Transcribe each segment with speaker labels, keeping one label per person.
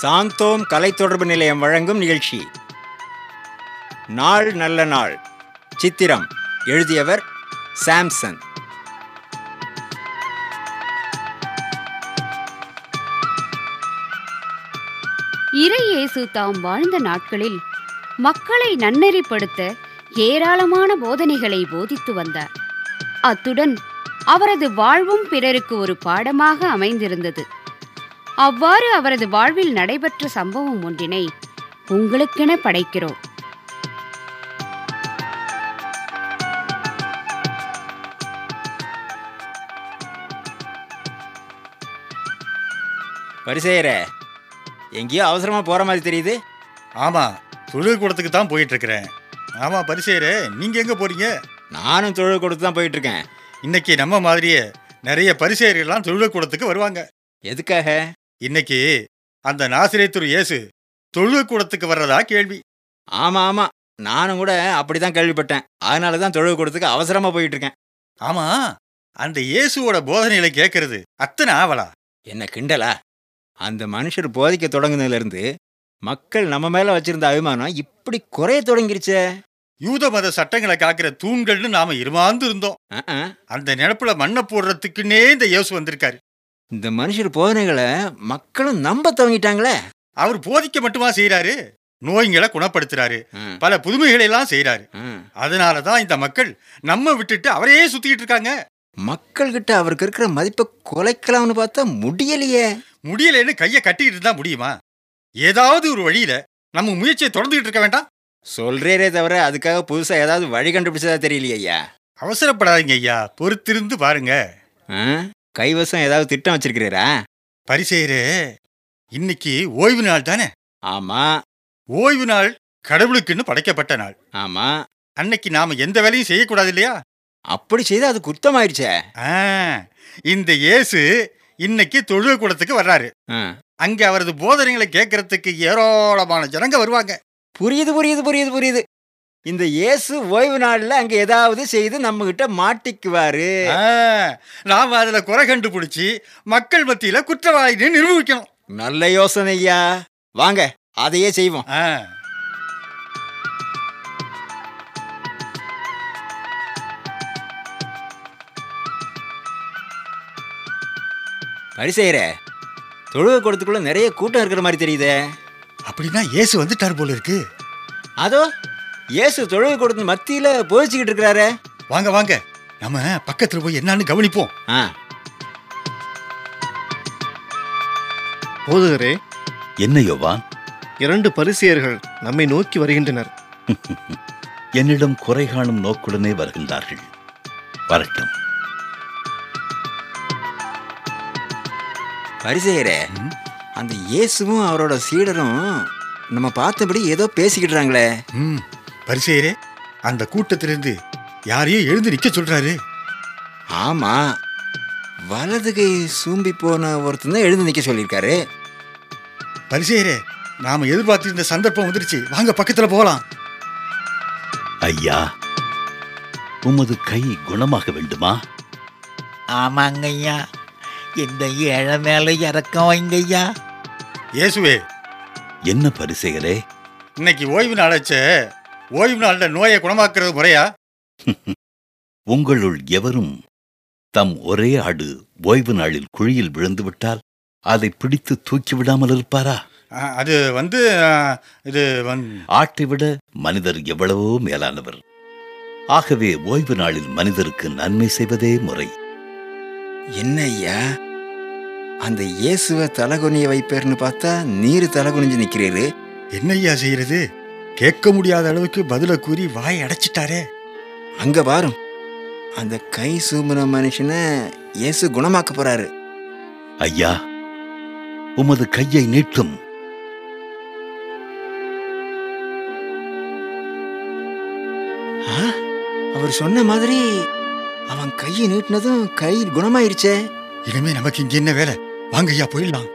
Speaker 1: சாந்தோம் கலை தொடர்பு நிலையம் வழங்கும் நிகழ்ச்சி நாள் நல்ல நாள் சித்திரம் எழுதியவர் சாம்சன்
Speaker 2: இறையேசு தாம் வாழ்ந்த நாட்களில் மக்களை நன்னெறிப்படுத்த ஏராளமான போதனைகளை போதித்து வந்தார் அத்துடன் அவரது வாழ்வும் பிறருக்கு ஒரு பாடமாக அமைந்திருந்தது அவ்வாறு அவரது வாழ்வில் நடைபெற்ற சம்பவம் ஒன்றினை உங்களுக்கென படைக்கிறோம்
Speaker 1: பரிசெயரே எங்கேயோ அவசரமா போற மாதிரி தெரியுது
Speaker 3: ஆமாம் தொழில்கூடத்துக்கு தான் போயிட்டு இருக்கிறேன் ஆமாம் பரிசேரே நீங்கள் எங்கே போகிறீங்க
Speaker 1: நானும் தொழில் கொடுத்து தான் போயிட்டு இருக்கேன்
Speaker 3: இன்னைக்கு நம்ம மாதிரியே நிறைய பரிசேரியெல்லாம் தொழில்கூடத்துக்கு வருவாங்க
Speaker 1: எதுக்காக
Speaker 3: இன்னைக்கு அந்த நாசிரியத்துரு இயேசு தொழில்கூடத்துக்கு வர்றதா கேள்வி
Speaker 1: ஆமா ஆமா நானும் கூட அப்படிதான் கேள்விப்பட்டேன் அதனால தான் தொழில் கொடுத்துக்கு அவசரமா போயிட்டு இருக்கேன்
Speaker 3: ஆமாம் அந்த இயேசுவோட போதனைகளை கேட்கறது அத்தனை ஆவலா
Speaker 1: என்ன கிண்டலா அந்த மனுஷர் போதிக்க தொடங்குனதுல இருந்து மக்கள் நம்ம மேல வச்சிருந்த அபிமானம் இப்படி குறைய தொடங்கிருச்சே
Speaker 3: யூத மத சட்டங்களை காக்கிற தூண்கள்னு நாம இருமாந்து இருந்தோம்
Speaker 1: அஹ், அஹ்.
Speaker 3: அந்த நினப்புல மண்ணை போடுறதுக்குன்னே இந்த இயேசு வந்திருக்காரு
Speaker 1: இந்த மனுஷர் போதனைகளை மக்களும் நம்ப துவங்கிட்டாங்களே
Speaker 3: அவர் போதிக்க மட்டுமா செய்றாரு நோய்களை குணப்படுத்துறாரு
Speaker 1: ம்,
Speaker 3: பல புதுமைகளை எல்லாம் செய்றாரு
Speaker 1: ம்.
Speaker 3: அதனால தான் இந்த மக்கள் நம்ம விட்டுட்டு அவரையே சுத்திக்கிட்டு இருக்காங்க
Speaker 1: மக்கள்கிட்ட அவருக்கு இருக்கிற மதிப்பை குலைக்கலாம்னு பார்த்தா முடியலையே
Speaker 3: முடியலைன்னு கையை கட்டிக்கிட்டு இருந்தா முடியுமா ஏதாவது ஒரு வழியில நம்ம முயற்சியை தொடர்ந்துகிட்டு இருக்க வேண்டாம்
Speaker 1: சொல்றேரே தவிர அதுக்காக புதுசா ஏதாவது வழி கண்டுபிடிச்சதா தெரியலையே ஐயா
Speaker 3: அவசரப்படாதீங்க ஐயா பொறுத்திருந்து பாருங்க
Speaker 1: ஆ? கைவசம் ஏதாவது திட்டம் வச்சிருக்கிறீரா
Speaker 3: பரிசெயரே இன்னைக்கு ஓய்வு நாள் தானே
Speaker 1: ஆமா
Speaker 3: ஓய்வு நாள் கடவுளுக்குன்னு படைக்கப்பட்ட நாள்
Speaker 1: ஆமா
Speaker 3: அன்னைக்கு நாம எந்த வேலையும் செய்யக்கூடாது இல்லையா
Speaker 1: அப்படி செய்தா அது குத்தமாயிருச்சே
Speaker 3: ஆ, இந்த இயேசு இன்னைக்கு தொழுகை கூடத்துக்கு வர்றாரு
Speaker 1: ஆ.
Speaker 3: அங்க அவரது போதனைகளை கேட்கறதுக்கு ஏராளமான ஜனங்க வருவாங்க
Speaker 1: புரியுது புரியுது புரியுது புரியுது இந்த இயேசு ஓய்வு நாள்ல அங்க ஏதாவது செய்து நம்ம கிட்ட மாட்டிக்குவாரு
Speaker 3: ஆ, நாம அதுல குறை கண்டுபிடிச்சி மக்கள் மத்தியில குற்றவாளின்னு நிரூபிக்கணும்
Speaker 1: நல்ல யோசனை ஐயா வாங்க அதையே செய்வோம்
Speaker 3: ஆ,
Speaker 1: பரிசெயர தொழுகை கூடத்துக்குள்ள நிறைய கூட்டம் இருக்கிற மாதிரி தெரியுதே
Speaker 3: அப்படின்னா இயேசு வந்துட்டார் போல இருக்கு
Speaker 1: அதோ இயேசு தொழுகை கூடத்து மத்தியில போதிச்சுக்கிட்டு இருக்கிறாரே
Speaker 3: வாங்க வாங்க நம்ம பக்கத்துல போய் என்னன்னு கவனிப்போம்
Speaker 1: ஆ
Speaker 4: போதுகரே
Speaker 5: என்ன யோவான்
Speaker 4: இரண்டு பரிசியர்கள் நம்மை நோக்கி வருகின்றனர்
Speaker 5: என்னிடம் குறை காணும் நோக்குடனே வருகின்றார்கள் வரட்டும்
Speaker 1: பரிசெயர அந்த இயேசுவும் அவரோட சீடரும் நம்ம பார்த்தபடி ஏதோ பேசிக்கிட்டுறாங்களே
Speaker 3: ம் பரிசேரே அந்த கூட்டத்திலிருந்து யாரையோ எழுந்து நிக்க சொல்றாரு
Speaker 1: ஆமா வலது கை சூம்பி போன ஒருத்தன் தான் எழுந்து நிக்க சொல்லியிருக்காரு
Speaker 3: பரிசேரே நாம எதிர்பார்த்திருந்த சந்தர்ப்பம் வந்துருச்சு வாங்க பக்கத்துல போகலாம்
Speaker 5: ஐயா உமது கை குணமாக வேண்டுமா
Speaker 6: ஆமாங்கய்யா இந்த ஏழை மேலே இறக்கம் வைங்கய்யா
Speaker 3: இயேசுவே
Speaker 5: என்ன பரிசெயரே
Speaker 3: இன்னைக்கு ஓய்வு நாளச்ச ஓய்வு நாள்ல நோயை குணமாக்குறது முறையா
Speaker 5: உங்களுள் எவரும் தம் ஒரே ஆடு ஓய்வு நாளில் குழியில் விழுந்துவிட்டால் அதை பிடித்து தூக்கிவிடாமல் இருப்பாரா
Speaker 3: ஆ, அது வந்து ஆ, இது வந்து
Speaker 5: ஆட்டை விட மனிதர் எவ்வளவோ மேலானவர் ஆகவே ஓய்வு நாளில் மனிதருக்கு நன்மை செய்வதே முறை
Speaker 1: என்ன ஐயா அந்த இயேசுவை தலகுனிய வைப்பேர்னு பார்த்தா நீர் தலகுனிஞ்சு நிக்கிறீரு
Speaker 3: என்னய்யா செய்யறது கேட்க முடியாத அளவுக்கு பதில கூறி வாய் அடைச்சிட்டாரே
Speaker 1: அங்க பாரும் அந்த கை சூம்புன மனுஷனை இயேசு குணமாக்க போறாரு
Speaker 5: ஐயா உமது கையை நீட்டும்
Speaker 1: ஆ? அவர் சொன்ன மாதிரி அவன் கையை நீட்டினதும் கை குணமாயிருச்சே
Speaker 3: இனிமே நமக்கு இங்க என்ன வேலை வாங்கய்யா போயிடலாம்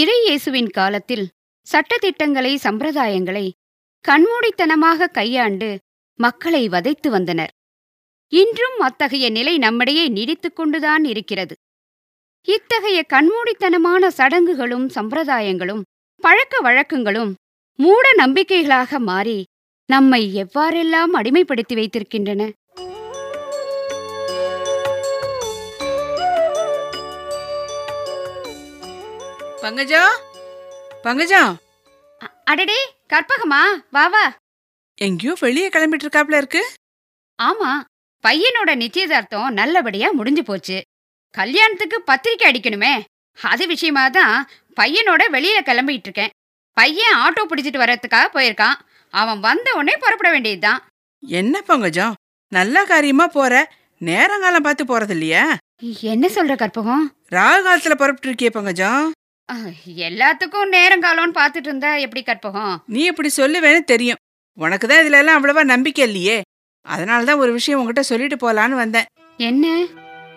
Speaker 2: இறையேசுவின் காலத்தில் சட்டதிட்டங்களை சம்பிரதாயங்களை கண்மூடித்தனமாக கையாண்டு மக்களை வதைத்து வந்தனர் இன்றும் அத்தகைய நிலை நம்மிடையே நீடித்துக் கொண்டுதான் இருக்கிறது இத்தகைய கண்மூடித்தனமான சடங்குகளும் சம்பிரதாயங்களும் பழக்க வழக்கங்களும் மூட நம்பிக்கைகளாக மாறி நம்மை எவ்வாறெல்லாம் அடிமைப்படுத்தி வைத்திருக்கின்றன
Speaker 7: பங்கஜா பங்கஜா
Speaker 2: அடடே கற்பகமா வா வா
Speaker 7: எங்கேயோ வெளியே கிளம்பிட்டு இருக்காப்ல இருக்கு
Speaker 2: ஆமா பையனோட நிச்சயதார்த்தம் நல்லபடியா முடிஞ்சு போச்சு கல்யாணத்துக்கு பத்திரிக்கை அடிக்கணுமே அது விஷயமா தான் பையனோட வெளியில கிளம்பிட்டு இருக்கேன் பையன் ஆட்டோ பிடிச்சிட்டு வர்றதுக்காக போயிருக்கான் அவன் வந்த உடனே புறப்பட வேண்டியதுதான்
Speaker 7: என்ன பங்கஜா நல்ல காரியமா போற நேரங்காலம் பார்த்து போறது இல்லையா
Speaker 2: என்ன சொல்ற கற்பகம்
Speaker 7: ராகு காலத்துல புறப்பட்டு இருக்கியே பங்கஜா
Speaker 2: அஹ், எல்லாத்துக்கும் நேரங்காலம்னு பார்த்துட்டு இருந்தா எப்படி கற்பகம்
Speaker 7: நீ இப்படி சொல்லுவேன்னு தெரியும் உனக்கு தான் இதுல எல்லாம் அவ்வளவா நம்பிக்கை இல்லையே அதனால தான் ஒரு விஷயம் உங்ககிட்ட சொல்லிட்டு போலான்னு வந்தேன்
Speaker 2: என்ன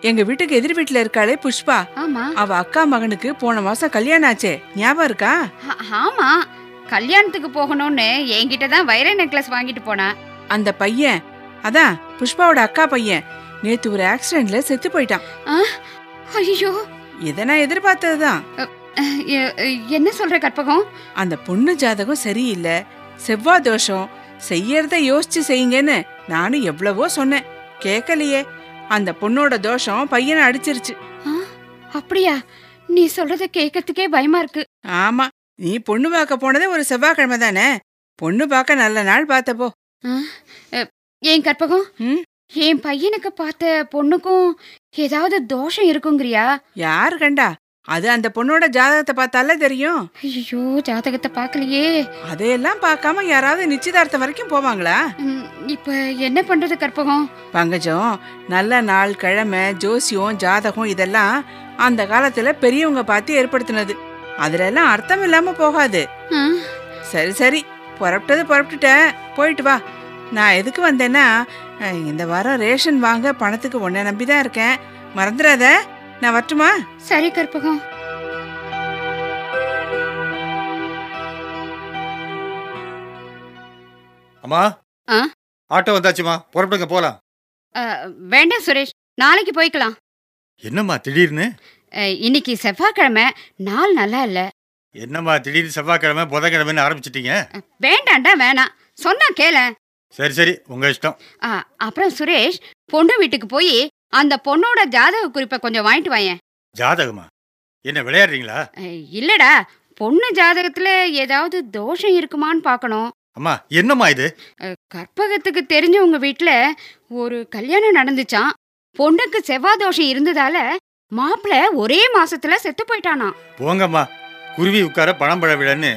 Speaker 7: எங்க வீட்டுக்கு எதிர் வீட்டுல இருக்காளே புஷ்பா
Speaker 2: ஆமா
Speaker 7: அவ அக்கா மகனுக்கு போன மாசம் கல்யாணம் ஆச்சே ஞாபகம் இருக்கா
Speaker 2: ஆ- ஆமா கல்யாணத்துக்கு போகணும்னு என்கிட்ட தான் வைர நெக்லஸ் வாங்கிட்டு போனா
Speaker 7: அந்த பையன் அதான் புஷ்பாவோட அக்கா பையன் நேத்து ஒரு ஆக்சிடென்ட்ல செத்து போயிட்டான்
Speaker 2: ஐயோ
Speaker 7: இதை நான் எதிர்பார்த்ததுதான்
Speaker 2: என்ன சொல்ற கற்பகம்
Speaker 7: அந்த பொண்ணு ஜாதகம் சரியில்லை செவ்வாய் தோஷம் செய்யறத யோசிச்சு செய்யுங்கன்னு நானும் எவ்வளவோ சொன்னேன் கேட்கலையே அந்த பொண்ணோட தோஷம் பையனை அடிச்சிருச்சு
Speaker 2: ஆ, அப்படியா நீ சொல்றத கேட்கறதுக்கே பயமா இருக்கு
Speaker 7: ஆமா நீ பொண்ணு பார்க்க போனதே ஒரு செவ்வாய்க்கிழமை தானே பொண்ணு பார்க்க நல்ல நாள் பார்த்தப்போ
Speaker 2: ஏன் கற்பகம்
Speaker 7: ம்?
Speaker 2: என் பையனுக்கு பார்த்த பொண்ணுக்கும் ஏதாவது தோஷம் இருக்குங்கிறியா
Speaker 7: யார் கண்டா அது அந்த பொண்ணோட ஜாதகத்தை பார்த்தாலே தெரியும்
Speaker 2: ஐயோ ஜாதகத்தை பார்க்கலையே
Speaker 7: அதையெல்லாம் பார்க்காம யாராவது நிச்சயதார்த்தம் வரைக்கும் போவாங்களா
Speaker 2: ம், இப்ப என்ன பண்றது கற்பகம்
Speaker 7: பங்கஜம் நல்ல நாள் கிழமை ஜோசியம் ஜாதகம் இதெல்லாம் அந்த காலத்துல பெரியவங்க பார்த்து ஏற்படுத்தினது அதுல எல்லாம் அர்த்தம் இல்லாம போகாது
Speaker 2: ஆ,
Speaker 7: சரி சரி புறப்பட்டது புறப்பட்டுட்டேன் போயிட்டு வா நான் எதுக்கு வந்தேன்னா அஹ், இந்த வாரம் ரேஷன் வாங்க பணத்துக்கு உன்னை நம்பி தான் இருக்கேன் மறந்துடாத நான் வரட்டுமா
Speaker 2: சரி கற்பகம்
Speaker 3: அம்மா
Speaker 2: ஆ?
Speaker 3: ஆட்டோ வந்தாச்சுமா புறப்படுங்க போலாம்
Speaker 2: அ, வேண்டாம் சுரேஷ் நாளைக்கு போய்க்கலாம்
Speaker 3: என்னம்மா திடீர்னு
Speaker 2: அ, இன்னைக்கு செவ்வாய்க்கிழமை நாள் நல்லா இல்ல
Speaker 3: என்னம்மா திடீர்னு செவ்வாய்க்கிழமை புதன்கிழமைன்னு ஆரம்பிச்சிட்டீங்க
Speaker 2: வேண்டாண்டா வேணாம் சொன்னா கேள
Speaker 3: சரி சரி உங்க இஷ்டம்
Speaker 2: அப்புறம் சுரேஷ் பொண்ணு வீட்டுக்கு போய் அந்த பொண்ணோட ஜாதக குறிப்பை கொஞ்சம் வாங்கிட்டு வாயேன்
Speaker 3: ஜாதகமா என்ன விளையாடுறீங்களா
Speaker 2: அஹ், இல்லடா பொண்ணு ஜாதகத்துல ஏதாவது தோஷம் இருக்குமான்னு பார்க்கணும்
Speaker 3: அம்மா என்னம்மா இது
Speaker 2: அஹ், கற்பகத்துக்கு தெரிஞ்சவங்க வீட்ல ஒரு கல்யாணம் நடந்துச்சாம் பொண்ணுக்கு செவ்வாய் தோஷம் இருந்ததால மாப்பிள்ளை ஒரே மாசத்துல செத்து போயிட்டானாம்
Speaker 3: போங்கம்மா குருவி உட்கார பணம் பழ விழன்னு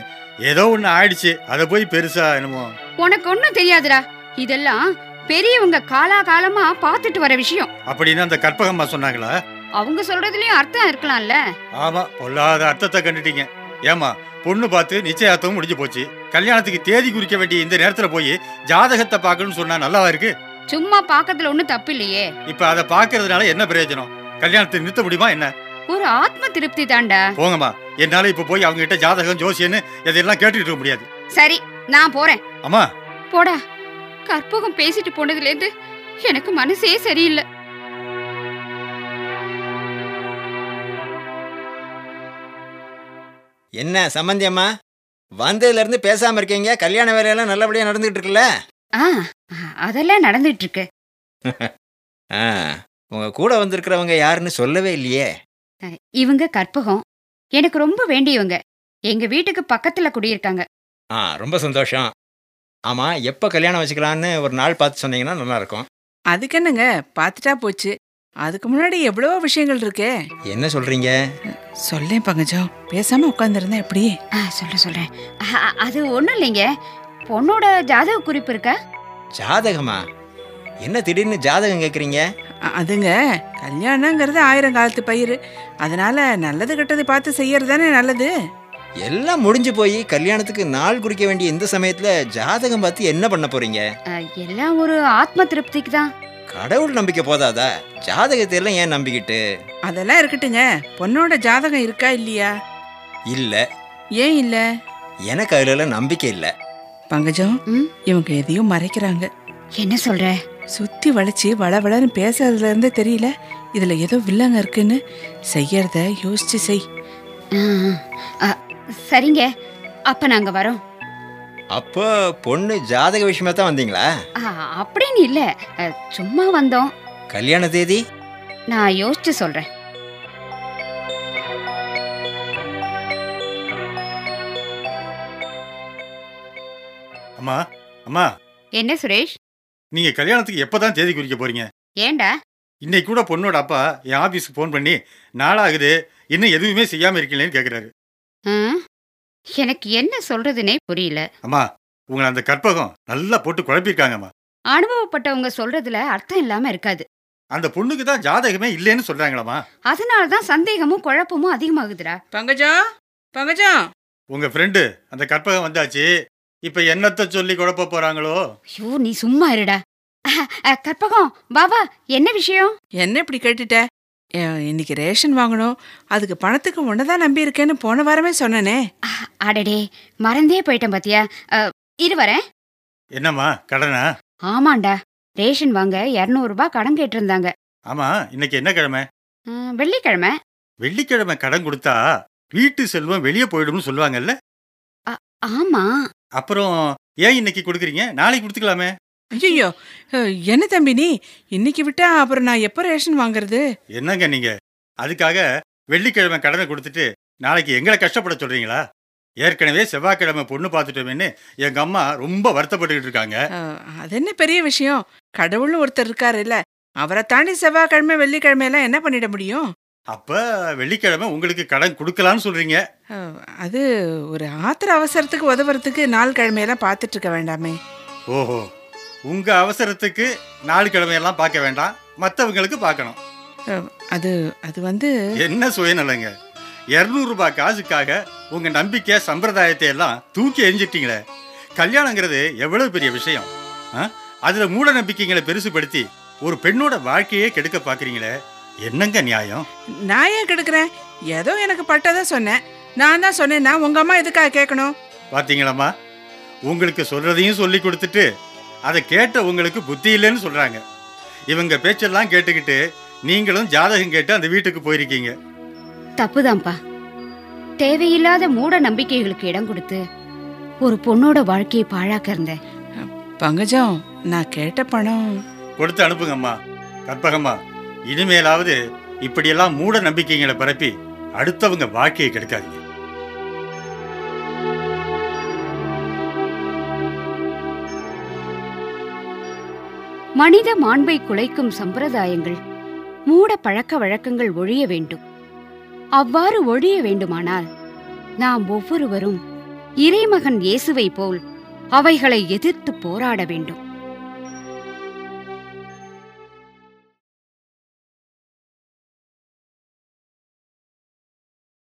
Speaker 3: ஏதோ ஒன்று ஆயிடுச்சு அதை போய் பெருசா என்னமோ
Speaker 2: உனக்கு ஒன்றும் தெரியாதுடா இதெல்லாம் பெரியவங்க காலாகாலமா பார்த்துட்டு வர விஷயம்
Speaker 3: அப்படின்னு அந்த கற்பகம்மா சொன்னாங்களா
Speaker 2: அவங்க சொல்றதுலயும் அர்த்தம் இருக்கலாம்ல
Speaker 3: ஆமா பொல்லாத அர்த்தத்தை கண்டுட்டீங்க ஏமா பொண்ணு பார்த்து நிச்சயார்த்தமும் முடிஞ்சு போச்சு கல்யாணத்துக்கு தேதி குறிக்க வேண்டிய இந்த நேரத்துல போய் ஜாதகத்தை பார்க்கணும்னு சொன்னா நல்லாவா இருக்கு
Speaker 2: சும்மா பார்க்கறதுல ஒன்றும் தப்பு இல்லையே
Speaker 3: இப்ப அதை பார்க்கறதுனால என்ன பிரயோஜனம் கல்யாணத்தை நிறுத்த முடியுமா என்ன
Speaker 2: ஒரு ஆத்ம திருப்தி தான்டா
Speaker 3: போங்கம்மா என்னால இப்ப போய் அவங்க கிட்ட ஜாதகம் ஜோசியன்னு இதெல்லாம் கேட்டுட்டு இருக்க முடியாது
Speaker 2: சரி நான் போறேன்
Speaker 3: அம்மா
Speaker 2: போடா கற்பகம் பேசிட்டு போனதுலேருந்து எனக்கு மனசே சரியில்லை
Speaker 1: என்ன சம்மந்தியம்மா வந்ததுலேருந்து பேசாமல் இருக்கீங்க கல்யாண வேலையெல்லாம் நல்லபடியாக நடந்துகிட்டு இருக்குல்ல
Speaker 2: ஆ அதெல்லாம் நடந்துட்டு இருக்கு
Speaker 1: ஆ உங்கள் கூட வந்திருக்கிறவங்க யாருன்னு சொல்லவே இல்லையே
Speaker 2: இவங்க கற்பகம் எனக்கு ரொம்ப வேண்டியவங்க எங்க வீட்டுக்கு பக்கத்துல குடியிருக்காங்க
Speaker 1: ஆ ரொம்ப சந்தோஷம் ஆமாம் எப்போ கல்யாணம் வச்சுக்கலான்னு ஒரு நாள் பார்த்து சொன்னீங்கன்னா நல்லாயிருக்கும்
Speaker 7: அதுக்கு என்னங்க பார்த்துட்டா போச்சு அதுக்கு முன்னாடி எவ்வளவோ விஷயங்கள் இருக்கே
Speaker 1: என்ன சொல்கிறீங்க
Speaker 7: சொல்லேன் பங்கஜம் பேசாம உட்காந்துருந்தேன் எப்படியே
Speaker 2: ஆ, சொல்றேன் சொல்றேன் ஆ, அது ஒண்ணும் இல்லைங்க பொண்ணோட ஜாதக குறிப்பு இருக்கா
Speaker 1: ஜாதகமா என்ன திடீர்னு ஜாதகம் கேட்குறீங்க
Speaker 7: அ- அதுங்க கல்யாணங்கிறது ஆயிரம் காலத்து பயிர் அதனால நல்லது கெட்டது பார்த்து செய்யறது தானே நல்லது
Speaker 1: எல்லாம் முடிஞ்சு போய் கல்யாணத்துக்கு நாள் குறிக்க வேண்டிய இந்த சமயத்தில் ஜாதகம் பார்த்து என்ன பண்ண போகிறீங்க
Speaker 2: ஆ, எல்லாம் ஒரு ஆத்ம திருப்திக்கு தான்
Speaker 1: கடவுள் நம்பிக்கை போதாதா ஜாதகத்தை எல்லாம் ஏன் நம்பிக்கிட்டு
Speaker 7: அதெல்லாம் இருக்கட்டுங்க பொண்ணோட ஜாதகம் இருக்கா இல்லையா
Speaker 1: இல்லை
Speaker 7: ஏன் இல்ல
Speaker 1: எனக்கு அதுலலாம் நம்பிக்கை இல்லை
Speaker 7: பங்கஜம்
Speaker 2: ம்?
Speaker 7: இவங்க எதையும் மறைக்கிறாங்க
Speaker 2: என்ன சொல்ற
Speaker 7: சுற்றி வளைச்சி வளவளன்னு பேசுறதுல இருந்தே தெரியல இதில் ஏதோ வில்லங்க இருக்குன்னு செய்யறத யோசிச்சு செய்
Speaker 2: ம், அ, சரிங்க அப்ப நாங்க வரோம்
Speaker 1: அப்போ பொண்ணு ஜாதக விஷயமா தான் வந்தீங்களா
Speaker 2: அ, அப்படின்னு இல்ல அ, சும்மா வந்தோம்
Speaker 1: கல்யாண தேதி
Speaker 2: நான் யோசிச்சு சொல்றேன்
Speaker 3: அம்மா அம்மா
Speaker 2: என்ன சுரேஷ்
Speaker 3: நீங்க கல்யாணத்துக்கு எப்பதான் தேதி குறிக்க போறீங்க
Speaker 2: ஏன்டா
Speaker 3: இன்னைக்கு கூட பொண்ணோட அப்பா என் ஆபீஸ்க்கு ஃபோன் பண்ணி நாளாகுது இன்னும் எதுவுமே செய்யாம இருக்கீங்களேன்னு கேக்குறாரு
Speaker 2: ஆ? எனக்கு என்ன சொல்றதுனே புரியல
Speaker 3: அம்மா உங்களை அந்த கற்பகம் நல்லா போட்டு குழப்பியிருக்காங்கம்மா
Speaker 2: அனுபவப்பட்டவங்க சொல்றதுல அர்த்தம் இல்லாம இருக்காது
Speaker 3: அந்த பொண்ணுக்கு தான் ஜாதகமே இல்லைன்னு சொல்றாங்களாமா
Speaker 2: அதனால தான் சந்தேகமும் குழப்பமும் அதிகமாகுதுடா
Speaker 7: பங்கஜம் பங்கஜம்
Speaker 3: உங்க ஃப்ரெண்டு அந்த கற்பகம் வந்தாச்சு இப்ப என்னத்த சொல்லி குழப்ப போறாங்களோ
Speaker 2: ஐயோ நீ சும்மா இருடா அஹ், அஹ், கற்பகம் பாபா என்ன விஷயம்
Speaker 7: என்ன இப்படி கேட்டுட்ட அஹ், இன்னைக்கு ரேஷன் வாங்கணும் அதுக்கு பணத்துக்கு ஒன்று தான் நம்பி இருக்கேன்னு போன வாரமே சொன்னனே
Speaker 2: அடடே மறந்தே போயிட்டேன் பாத்தியா அஹ், இரு வரேன்
Speaker 3: என்னம்மா கடனா
Speaker 2: ஆமாண்டா ரேஷன் வாங்க இரநூறுபா கடன் கேட்டிருந்தாங்க
Speaker 3: ஆமா இன்னைக்கு என்ன கிழமை
Speaker 2: அஹ், வெள்ளிக்கிழமை
Speaker 3: வெள்ளிக்கிழமை கடன் கொடுத்தா வீட்டு செல்வம் வெளியே போயிடும்னு சொல்லுவாங்கல்ல
Speaker 2: ஆமா
Speaker 3: அப்புறம் ஏன் இன்னைக்கு கொடுக்குறீங்க நாளைக்கு கொடுத்துக்கலாமே
Speaker 7: ஐயோ என்ன தம்பி நீ இன்னைக்கு விட்டா அப்புறம் நான் எப்போ ரேஷன் வாங்குறது
Speaker 3: என்னங்க நீங்க அதுக்காக வெள்ளிக்கிழமை கடனை கொடுத்துட்டு நாளைக்கு எங்களை கஷ்டப்பட சொல்றீங்களா ஏற்கனவே செவ்வாய்க்கிழமை பொண்ணு பார்த்துட்டோமேன்னு எங்க அம்மா ரொம்ப வருத்தப்பட்டுக்கிட்டு இருக்காங்க
Speaker 7: அஹ், அது என்ன பெரிய விஷயம் கடவுள்னு ஒருத்தர் இருக்காரு இல்ல அவரை தாண்டி செவ்வாய்க்கிழமை வெள்ளிக்கிழமையெல்லாம் என்ன பண்ணிட முடியும்
Speaker 3: அப்ப வெள்ளிக்கிழமை உங்களுக்கு கடன் கொடுக்கலான்னு சொல்றீங்க
Speaker 7: அஹ், அது ஒரு ஆத்திர அவசரத்துக்கு உதவுறதுக்கு நாள் கிழமையெல்லாம் பார்த்துட்டு இருக்க வேண்டாமே
Speaker 3: ஓஹோ உங்க அவசரத்துக்கு நாலு கிழமையெல்லாம் பார்க்க வேண்டாம் மற்றவங்களுக்கு பார்க்கணும்
Speaker 7: அது அது வந்து
Speaker 3: என்ன சுயநலங்க 200 ரூபாய் காசுக்காக உங்க நம்பிக்கை சம்பிரதாயத்தை எல்லாம் தூக்கி எரிஞ்சிட்டீங்களே கல்யாணங்கிறது எவ்வளவு பெரிய விஷயம் ஆ? அதுல மூட நம்பிக்கைகளை பெருசுபடுத்தி ஒரு பெண்ணோட வாழ்க்கையே கெடுக்க பாக்குறீங்களே என்னங்க நியாயம்
Speaker 7: நான் ஏன் கெடுக்கிறேன் ஏதோ எனக்கு பட்டதை சொன்னேன் நான் தான் சொன்னேன்னா உங்க அம்மா எதுக்காக கேட்கணும்
Speaker 3: பாத்தீங்களாம்மா உங்களுக்கு சொல்றதையும் சொல்லி கொடுத்துட்டு அதை கேட்ட உங்களுக்கு புத்தி இல்லைன்னு சொல்றாங்க இவங்க பேச்செல்லாம் கேட்டுக்கிட்டு நீங்களும் ஜாதகம் கேட்டு அந்த வீட்டுக்கு போயிருக்கீங்க
Speaker 2: தப்புதான்ப்பா தேவையில்லாத மூட நம்பிக்கைகளுக்கு இடம் கொடுத்து ஒரு பொண்ணோட வாழ்க்கையை பாழாக்க இருந்தேன்
Speaker 7: பங்கஜம் நான் கேட்ட பணம்
Speaker 3: கொடுத்து அனுப்புங்கம்மா கற்பகம்மா இனிமேலாவது இப்படியெல்லாம் மூட நம்பிக்கைகளை பரப்பி அடுத்தவங்க வாழ்க்கையை கெடுக்காதீங்க
Speaker 2: மனித மாண்பை குலைக்கும் சம்பிரதாயங்கள் மூட பழக்க வழக்கங்கள் ஒழிய வேண்டும் அவ்வாறு ஒழிய வேண்டுமானால் நாம் ஒவ்வொருவரும் இறைமகன் இயேசுவை போல் அவைகளை எதிர்த்து போராட வேண்டும்